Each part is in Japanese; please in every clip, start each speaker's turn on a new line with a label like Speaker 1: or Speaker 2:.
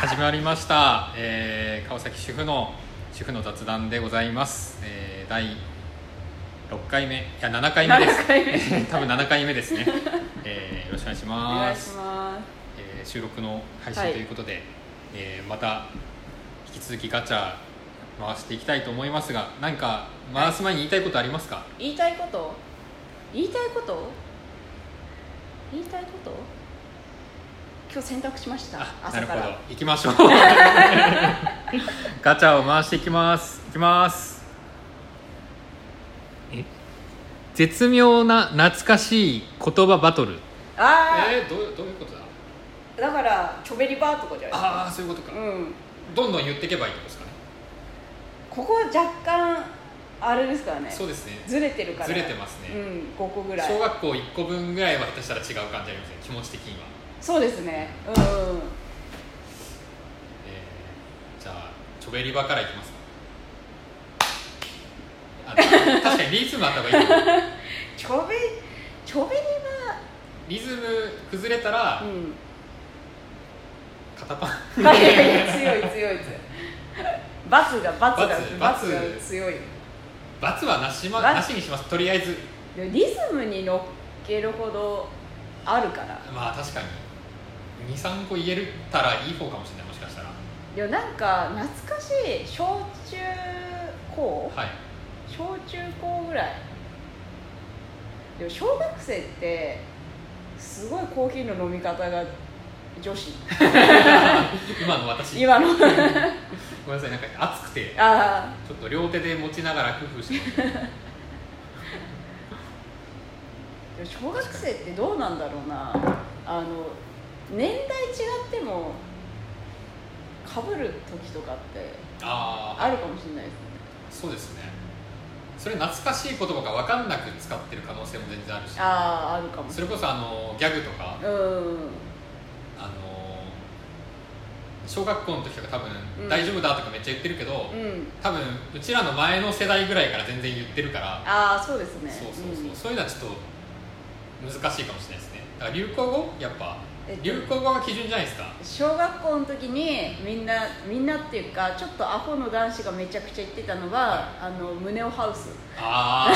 Speaker 1: 始まりました、えー川崎主婦の主婦の雑談でございます、えー第6回目いや7回目です
Speaker 2: 7回目
Speaker 1: 多分7回目ですね、えーよろしくお願いし
Speaker 2: お願
Speaker 1: ま
Speaker 2: いし
Speaker 1: す
Speaker 2: ま
Speaker 1: えー収録の配信
Speaker 2: はい
Speaker 1: ということで、えーまた引き続きガチャ回していきたいと思いますが何か回す前に言いたいことありますか、
Speaker 2: す言いたいこと言いたいこと言いたいこと今日洗濯しました
Speaker 1: あな
Speaker 2: 朝
Speaker 1: る
Speaker 2: か
Speaker 1: ほど
Speaker 2: ら
Speaker 1: 行き ましょうガチャを回していきますいきますえ絶妙な懐かしい言葉バトル
Speaker 2: あ
Speaker 1: えー、どうどういうことだ
Speaker 2: あだからチョベリバーとかじゃないで
Speaker 1: ああそういうこと
Speaker 2: す
Speaker 1: か
Speaker 2: かうん
Speaker 1: どんどん言っていけばいいってことですかね
Speaker 2: ここ若干あれですからね
Speaker 1: そうですね
Speaker 2: ずれてるから
Speaker 1: ずれてますね
Speaker 2: うん5個ぐらい
Speaker 1: 小学校1個分ぐらいは下手したら違う感じありますね気持ち的には
Speaker 2: そうですねうんうん
Speaker 1: えーじゃあチョベリバからいきますかあ確かにリズムあった方がいいよ
Speaker 2: チョベチョベリ
Speaker 1: リズム崩れたら
Speaker 2: バーうん
Speaker 1: 肩パン
Speaker 2: はい強い強い強いバツがバツが
Speaker 1: 罰
Speaker 2: バツが
Speaker 1: 罰
Speaker 2: 強い
Speaker 1: 罰はなし,、ま、
Speaker 2: 罰
Speaker 1: なしにしますとりあえず
Speaker 2: でもリズムに乗っけるほどあるから
Speaker 1: まあ確かに23個言えるたらいい方かもしれないもしかしたらはい
Speaker 2: やなんか懐かしい小中高
Speaker 1: い
Speaker 2: 小中高ぐらいでも小学生ってすごいコーヒーの飲み方が 女子
Speaker 1: 今の私
Speaker 2: 今の
Speaker 1: ごめんなさいなんか熱くてち
Speaker 2: あ
Speaker 1: ょっと両手で持ちながら工夫 して
Speaker 2: ーでも小学生ってどうなんだろうなあの年代違ってもかぶる時とかって
Speaker 1: ああ
Speaker 2: あるかもしれないです
Speaker 1: そ
Speaker 2: ね
Speaker 1: うですねそれ懐かしい言葉が分かんなく使ってる可能性も全然あるし
Speaker 2: あああるかもし
Speaker 1: そ
Speaker 2: れ
Speaker 1: れこそあのギャグとか
Speaker 2: ないうん
Speaker 1: あの小学校の時とか多分「
Speaker 2: うん
Speaker 1: 大丈夫だ」とかめっちゃ言ってるけど、
Speaker 2: うん
Speaker 1: 多分うちらの前の世代ぐらいから全然言ってるから
Speaker 2: ああそうですね
Speaker 1: そうそうそう、
Speaker 2: ん
Speaker 1: そういうのはちょっと難しいかもしれないですねだから流行語やっぱ、
Speaker 2: えっと
Speaker 1: 流行語が基準じゃないですか
Speaker 2: 小学校の時にみんなみんなっていうかちょっとアホの男子がめちゃくちゃ言ってたのは「あの胸をハウス
Speaker 1: あ あ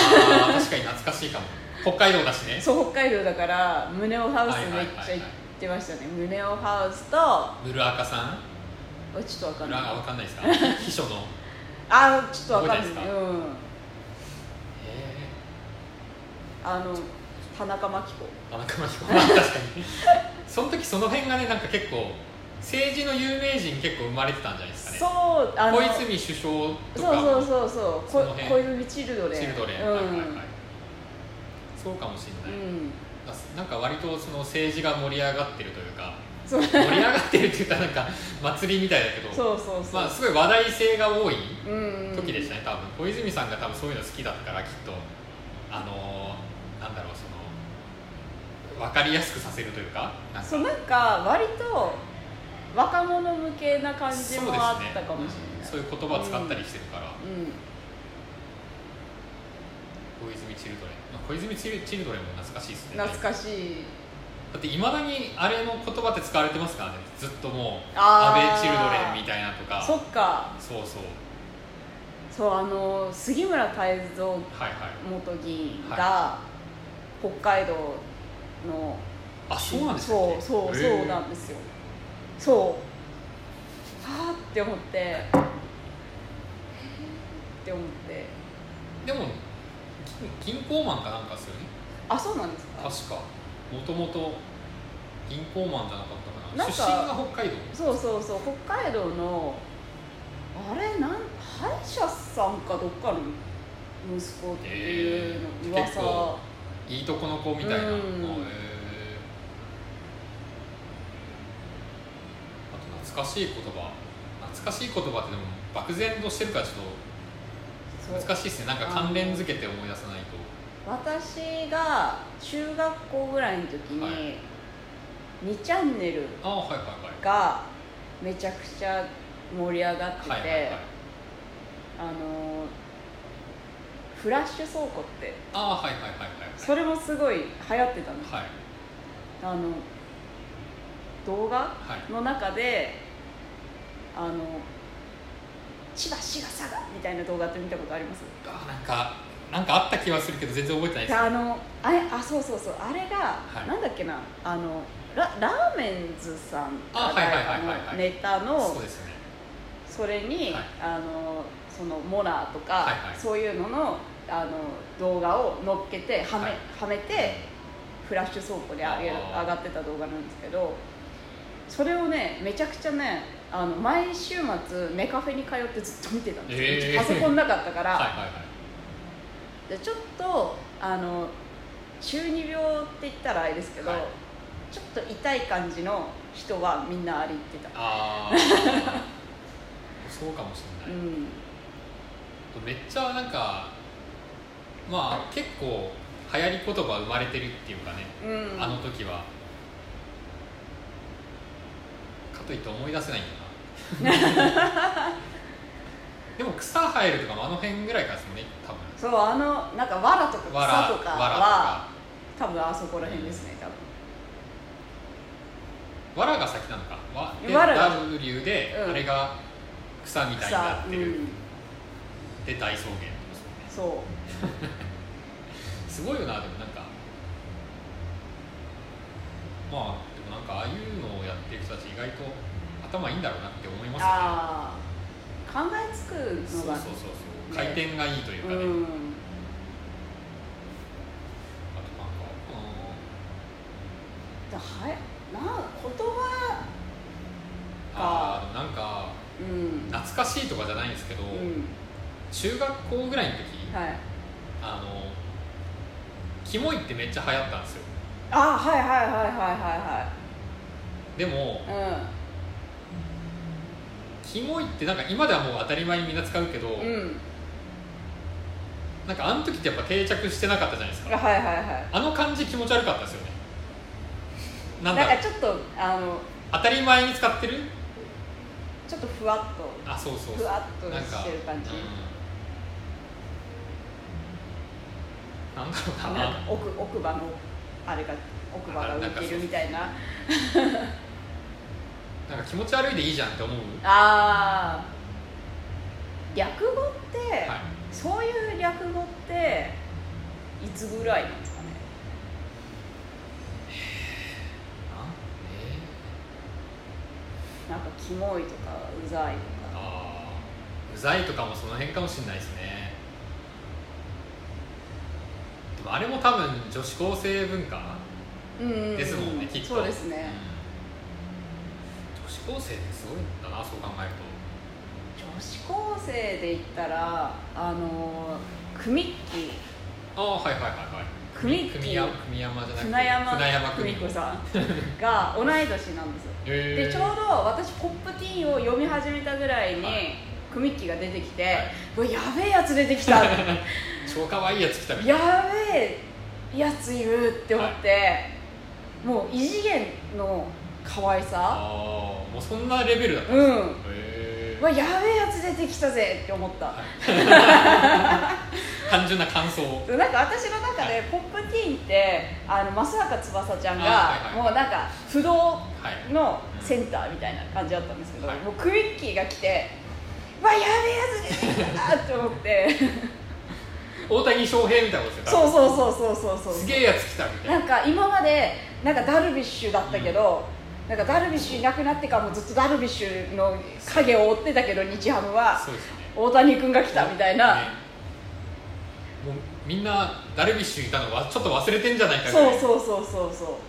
Speaker 1: 確かに懐かしいかも北海道だし」ね
Speaker 2: そう北海道だから「胸をハウス
Speaker 1: はい」はいは
Speaker 2: め
Speaker 1: い
Speaker 2: っ
Speaker 1: はい
Speaker 2: ちゃ言ってましたね「胸をハウス」とあ
Speaker 1: ムルアカさん
Speaker 2: ちょっとわか
Speaker 1: ム
Speaker 2: ん
Speaker 1: ル
Speaker 2: な
Speaker 1: ア
Speaker 2: い
Speaker 1: カわかんないですか秘書の
Speaker 2: あーちょっとわかん
Speaker 1: 覚えて
Speaker 2: な
Speaker 1: ない
Speaker 2: い
Speaker 1: で
Speaker 2: うん
Speaker 1: え
Speaker 2: あの田中真紀子
Speaker 1: え田中真紀子確かにその時その辺がねなんか結構政治の有名人結構生まれてたんじゃないですか
Speaker 2: そ
Speaker 1: ね
Speaker 2: うあの
Speaker 1: 小泉首相とか
Speaker 2: そうそうそう
Speaker 1: そ
Speaker 2: そう
Speaker 1: の辺
Speaker 2: こ小泉チルドレン
Speaker 1: チルドレン、
Speaker 2: う
Speaker 1: は
Speaker 2: ん
Speaker 1: いはいはいそうかもし
Speaker 2: う
Speaker 1: れない、
Speaker 2: ん
Speaker 1: なんか割とその政治が盛り上がってるというか
Speaker 2: そう
Speaker 1: 盛り上がってるって言ったらなんか祭りみたいだけど
Speaker 2: そうそうそう、
Speaker 1: まあ、すごい話題性が多い
Speaker 2: うん
Speaker 1: 時でしたね、多分小泉さんが多分そういうの好きだったからきっとあのーなんだろうその分かりやすくさせるというかなんか
Speaker 2: そうなんか割と若者向けな感じもあったかもしれない
Speaker 1: そういう言葉を使ったりしてるから、
Speaker 2: うん
Speaker 1: 小泉チルドレン、まあ、小泉チルチルドレンも懐かしいですね
Speaker 2: 懐かしい
Speaker 1: だっていまだにあれの言葉って使われてますからねずっともう安
Speaker 2: あー
Speaker 1: 倍チルドレンみたいなとか
Speaker 2: そっか
Speaker 1: そうそう
Speaker 2: そうあの杉村太蔵
Speaker 1: はいはい
Speaker 2: 元議員が、
Speaker 1: は
Speaker 2: 北海道の
Speaker 1: あそうなんですか、
Speaker 2: そうそう
Speaker 1: へー
Speaker 2: そうなんですよそうはあって思ってへーって思って
Speaker 1: でも銀銀行マンかなんかですよね
Speaker 2: あそうなんですか
Speaker 1: 確かもともと銀行マンじゃなかったかな
Speaker 2: なんか
Speaker 1: 出身が北海道
Speaker 2: そうそうそう北海道のあれなん歯医者さんかどっかの息子っていうの
Speaker 1: えー
Speaker 2: 噂、
Speaker 1: 結構いいとこの子みたいな、
Speaker 2: うん
Speaker 1: あへえあと懐かしい言葉懐かしい言葉ってでも漠然としてるからちょっと
Speaker 2: そう
Speaker 1: 難しいですねなんか関連づけて思い出さないと
Speaker 2: 私が中学校ぐらいの時に、
Speaker 1: はい
Speaker 2: 2チャンネル
Speaker 1: ああはいはい
Speaker 2: がめちゃくちゃ盛り上がってて、
Speaker 1: はいはいはいはい
Speaker 2: あのフラッシュ倉庫って
Speaker 1: ああはいはいはいはい
Speaker 2: それもすごい流行ってたの
Speaker 1: はい
Speaker 2: あの動画
Speaker 1: はい
Speaker 2: の中であの千葉滋賀佐賀みたいな動画って見たことあります
Speaker 1: あなんかなんかあった気はするけど全然覚えてないです
Speaker 2: あのあれあそうそうそうあれが、
Speaker 1: はい
Speaker 2: なんだっけなあのララーメンズさん
Speaker 1: あはいはいはいはいはい
Speaker 2: のネタの
Speaker 1: そうですね
Speaker 2: それに、
Speaker 1: はい
Speaker 2: あのそのモラーとか、
Speaker 1: はいはい
Speaker 2: そういうののあの動画を乗っけてはめ,、
Speaker 1: はい
Speaker 2: はめてフラッシュ倉庫で上げる
Speaker 1: あー
Speaker 2: 上がってた動画なんですけどそれをねめちゃくちゃねあの毎週末メカフェに通ってずっと見てたんですよ、
Speaker 1: えー
Speaker 2: パソコンなかったから、
Speaker 1: はいはいはい
Speaker 2: でちょっとあの中二病って言ったらあれですけど、
Speaker 1: はい
Speaker 2: ちょっと痛い感じの人はみんなあれ言ってた、
Speaker 1: ああ そうかもしれ
Speaker 2: う
Speaker 1: ない、
Speaker 2: ん、
Speaker 1: めっちゃなんかまあ結構流行り言葉生まれてるっていうかね、
Speaker 2: うん
Speaker 1: あの時はかといって思い出せないんだな でも草生えるとかもあの辺ぐらいからですもんね多分
Speaker 2: そうあのなんかわらとか
Speaker 1: わらわら
Speaker 2: 草とか
Speaker 1: と
Speaker 2: は
Speaker 1: か
Speaker 2: 多分あそこら辺ですね多分
Speaker 1: わらが先なのかわで
Speaker 2: わらが
Speaker 1: W で、
Speaker 2: うん
Speaker 1: あれが草みたいにな
Speaker 2: 草
Speaker 1: って
Speaker 2: う
Speaker 1: る、
Speaker 2: ん
Speaker 1: で大草原ってことですもんね
Speaker 2: そ
Speaker 1: すごいよなでもなんかまあでもなんかああいうのをやってる人たち意外と頭いいんだろうなって思いま
Speaker 2: う
Speaker 1: すよね
Speaker 2: ああ考えつく
Speaker 1: そうそう
Speaker 2: のが
Speaker 1: そうそう
Speaker 2: ね
Speaker 1: 回転がいいというかね、
Speaker 2: うん
Speaker 1: あとなんか
Speaker 2: だはやなん言葉
Speaker 1: あのあーなんか
Speaker 2: うん
Speaker 1: 懐かしいとかじゃないんですけど、
Speaker 2: うん
Speaker 1: 中学校ぐらいの時、
Speaker 2: はい
Speaker 1: あのキモいってめっちゃ流行ったんですよ
Speaker 2: あーはいはいはいは
Speaker 1: でも
Speaker 2: いはいはいうん
Speaker 1: キモいってなんか今ではもう当たり前にみんな使うけど、
Speaker 2: うん、
Speaker 1: なんかあの時ってやっぱ定着してなかったじゃないですか
Speaker 2: はいはいは
Speaker 1: あの感じ気持ち悪かったですよねないん
Speaker 2: な
Speaker 1: だろう
Speaker 2: んかちょっとあの
Speaker 1: 当たり前に使ってる
Speaker 2: ちょっとふわっと
Speaker 1: あそうそうそう
Speaker 2: ふわっと
Speaker 1: なんか
Speaker 2: してる感じ
Speaker 1: うんなんだろうな
Speaker 2: なんか奥奥歯のあれが奥歯が浮いてるみたいな
Speaker 1: なんか気持ち悪いでいいじゃんって思う
Speaker 2: あー略語って、
Speaker 1: はい
Speaker 2: そういう略語っていつぐらいなんですかね
Speaker 1: なんえ
Speaker 2: なんかキモいとかうざい
Speaker 1: ー
Speaker 2: とか
Speaker 1: あーうざいとかもその辺かもしれないですねでもあれも多分女子高生文化
Speaker 2: うんうんうん
Speaker 1: ですもんね、きっと
Speaker 2: そうですね、
Speaker 1: うん女子高生ってすごいんだなそう考えると
Speaker 2: 女子高生で言ったらあの組っき
Speaker 1: ああはいはいはいはい
Speaker 2: 組木
Speaker 1: 組山組山じゃなくて
Speaker 2: 船山
Speaker 1: 船山
Speaker 2: 久
Speaker 1: 組
Speaker 2: 美子さんが同い年なんですよ
Speaker 1: へー
Speaker 2: でちょうど私ポップティーンを読み始めたぐらいに、
Speaker 1: はい
Speaker 2: クミッキーが出てきて、
Speaker 1: はいう
Speaker 2: わやべえやつ出てきた や
Speaker 1: 超可愛いやつ来たみたいな
Speaker 2: べえやついるって思って、もう異次元の可愛さ
Speaker 1: ああもうそんなレベルだった
Speaker 2: うんう
Speaker 1: へえ
Speaker 2: わやべえやつ出てきたぜって思った、
Speaker 1: 単純な感想
Speaker 2: なんか私の中でポップティーンってあの増若翼ちゃんが、
Speaker 1: あはいはい
Speaker 2: もうなんか不動
Speaker 1: はい
Speaker 2: のセンターみたいな感じだったんですけど、
Speaker 1: はい
Speaker 2: もうクイッキーが来て「わやべえやつ出てきた!」って思って
Speaker 1: 大谷翔平みたいなことですよ
Speaker 2: そ
Speaker 1: 多分
Speaker 2: うそうそうそうそうそう
Speaker 1: すげえやつ来たみたい
Speaker 2: な
Speaker 1: なん
Speaker 2: か今までなんかダルビッシュだったけど、なんかダルビッシュいなくなってからもずっとダルビッシュの影を追ってたけど日ハムは
Speaker 1: そうですよね
Speaker 2: 大谷君が来たみたいな、
Speaker 1: ねもうみんなダルビッシュいたのはちょっと忘れてんじゃないかぐら
Speaker 2: そ
Speaker 1: いう
Speaker 2: そうそうそうそ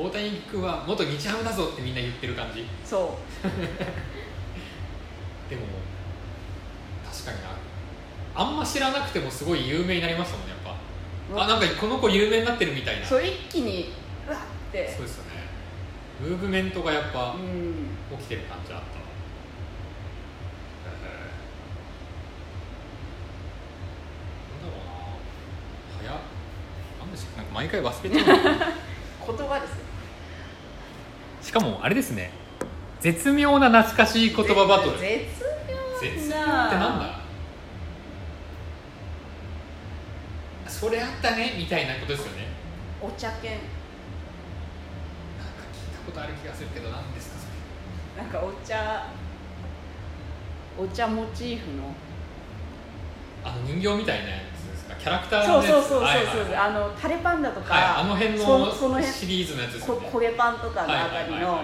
Speaker 2: う
Speaker 1: 大谷君は元日ハムだぞってみんな言ってる感じ
Speaker 2: そ
Speaker 1: でも確かになあんま知らなくてもすごい有名になりましたもんねやっぱ
Speaker 2: う
Speaker 1: あなんかこの子有名になってるみたいなそ
Speaker 2: そ
Speaker 1: う
Speaker 2: う一気にうわって
Speaker 1: ですよねムーブメントがやっぱ
Speaker 2: うん
Speaker 1: 起きてる感じあったわなんだろうな早っなんでしなんか毎回忘れちゃ う
Speaker 2: 言葉ですよ
Speaker 1: しかもあれですね絶妙な懐かしい言葉バトル
Speaker 2: 絶
Speaker 1: 絶
Speaker 2: 妙
Speaker 1: 妙って
Speaker 2: な
Speaker 1: なんだそれあったねみたいなことですよね
Speaker 2: お茶犬
Speaker 1: なんか聞いたことある気がするけど何ですかそれ
Speaker 2: なんかお茶お茶モチーフの
Speaker 1: あの人形みたいなやつですかキャラクター
Speaker 2: そ
Speaker 1: の
Speaker 2: う
Speaker 1: やつ
Speaker 2: そうそうそうそう、
Speaker 1: はいはいはい
Speaker 2: あのタレパンダとか、
Speaker 1: はい、あの辺の
Speaker 2: そその辺
Speaker 1: シリーズのやつですよ
Speaker 2: こ
Speaker 1: ね
Speaker 2: 焦げパンとかのあたり
Speaker 1: はいはいはい
Speaker 2: の
Speaker 1: は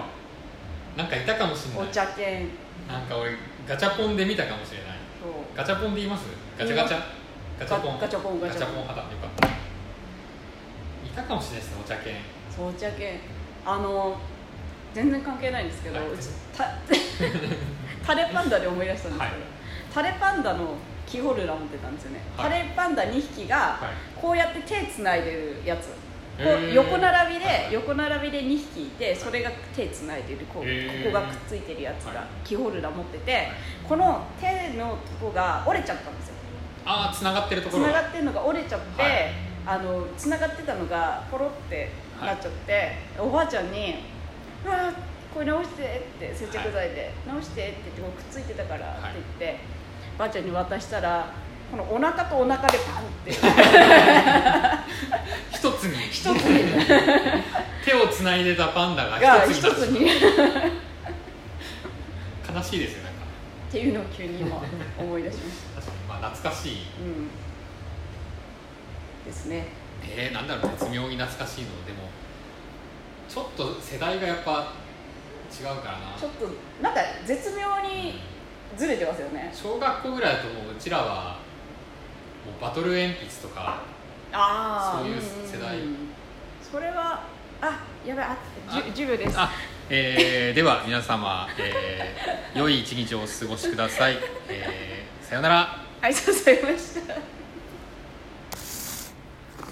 Speaker 1: なんかいたかもしれ
Speaker 2: お
Speaker 1: ない
Speaker 2: 茶犬
Speaker 1: なんか俺ガチャポンで見たかもしれない
Speaker 2: と
Speaker 1: ガチャポンで言いますガチャガチャガチャポン
Speaker 2: ガガチャポンガチャポン
Speaker 1: 肌よかったいたかもしれないですねお茶犬
Speaker 2: そうお茶犬あの全然関係ないんですけど、
Speaker 1: はいう
Speaker 2: ちた タレパンダで思い出したんですけど、
Speaker 1: はい
Speaker 2: タレパンダのキーホルダー持ってたんですよね、
Speaker 1: はい
Speaker 2: タレパンダ2匹が
Speaker 1: はい
Speaker 2: こうやって手つないでるやつ、こ
Speaker 1: へ
Speaker 2: う
Speaker 1: ー
Speaker 2: 横並びで、
Speaker 1: はい
Speaker 2: 横並びで2匹いてそれが手つないでるこう、
Speaker 1: へー
Speaker 2: ここがくっついてるやつが、
Speaker 1: はい
Speaker 2: キーホルダー持ってて、この手のとこが折れちゃったんですよ
Speaker 1: ああ繋がってると
Speaker 2: つ
Speaker 1: ころ
Speaker 2: ながってるのが折れちゃって、
Speaker 1: はい
Speaker 2: あのつながってたのがポロってなっちゃって、おばあちゃんに「うわこれ直して」って接着剤で「直して」って言ってこうくっついてたからって言って、ばあちゃんに渡したらこのお腹とお腹でパンって
Speaker 1: 一つに
Speaker 2: 一つに
Speaker 1: 手をつないでたパンダが
Speaker 2: が
Speaker 1: 一
Speaker 2: 一
Speaker 1: つ
Speaker 2: つ
Speaker 1: に
Speaker 2: にっ
Speaker 1: 悲しいですよなんか
Speaker 2: ていうのを急に今思い出しまし
Speaker 1: 確かにまあ懐かしい
Speaker 2: た。うんですね。
Speaker 1: えー、なんだろう絶妙に懐かしいのでもちょっと世代がやっぱ違うからな
Speaker 2: ちょっとなんか絶妙にずれてますよね。
Speaker 1: 小学校ぐらいだともううちらはもうバトル鉛筆とか
Speaker 2: ああ
Speaker 1: そういう世代
Speaker 2: それはあやばいあ
Speaker 1: あ
Speaker 2: じゅ10秒です
Speaker 1: あ、えーでは皆様、えー良い一日をお過ごしください、えーさようなら
Speaker 2: ありがとうございました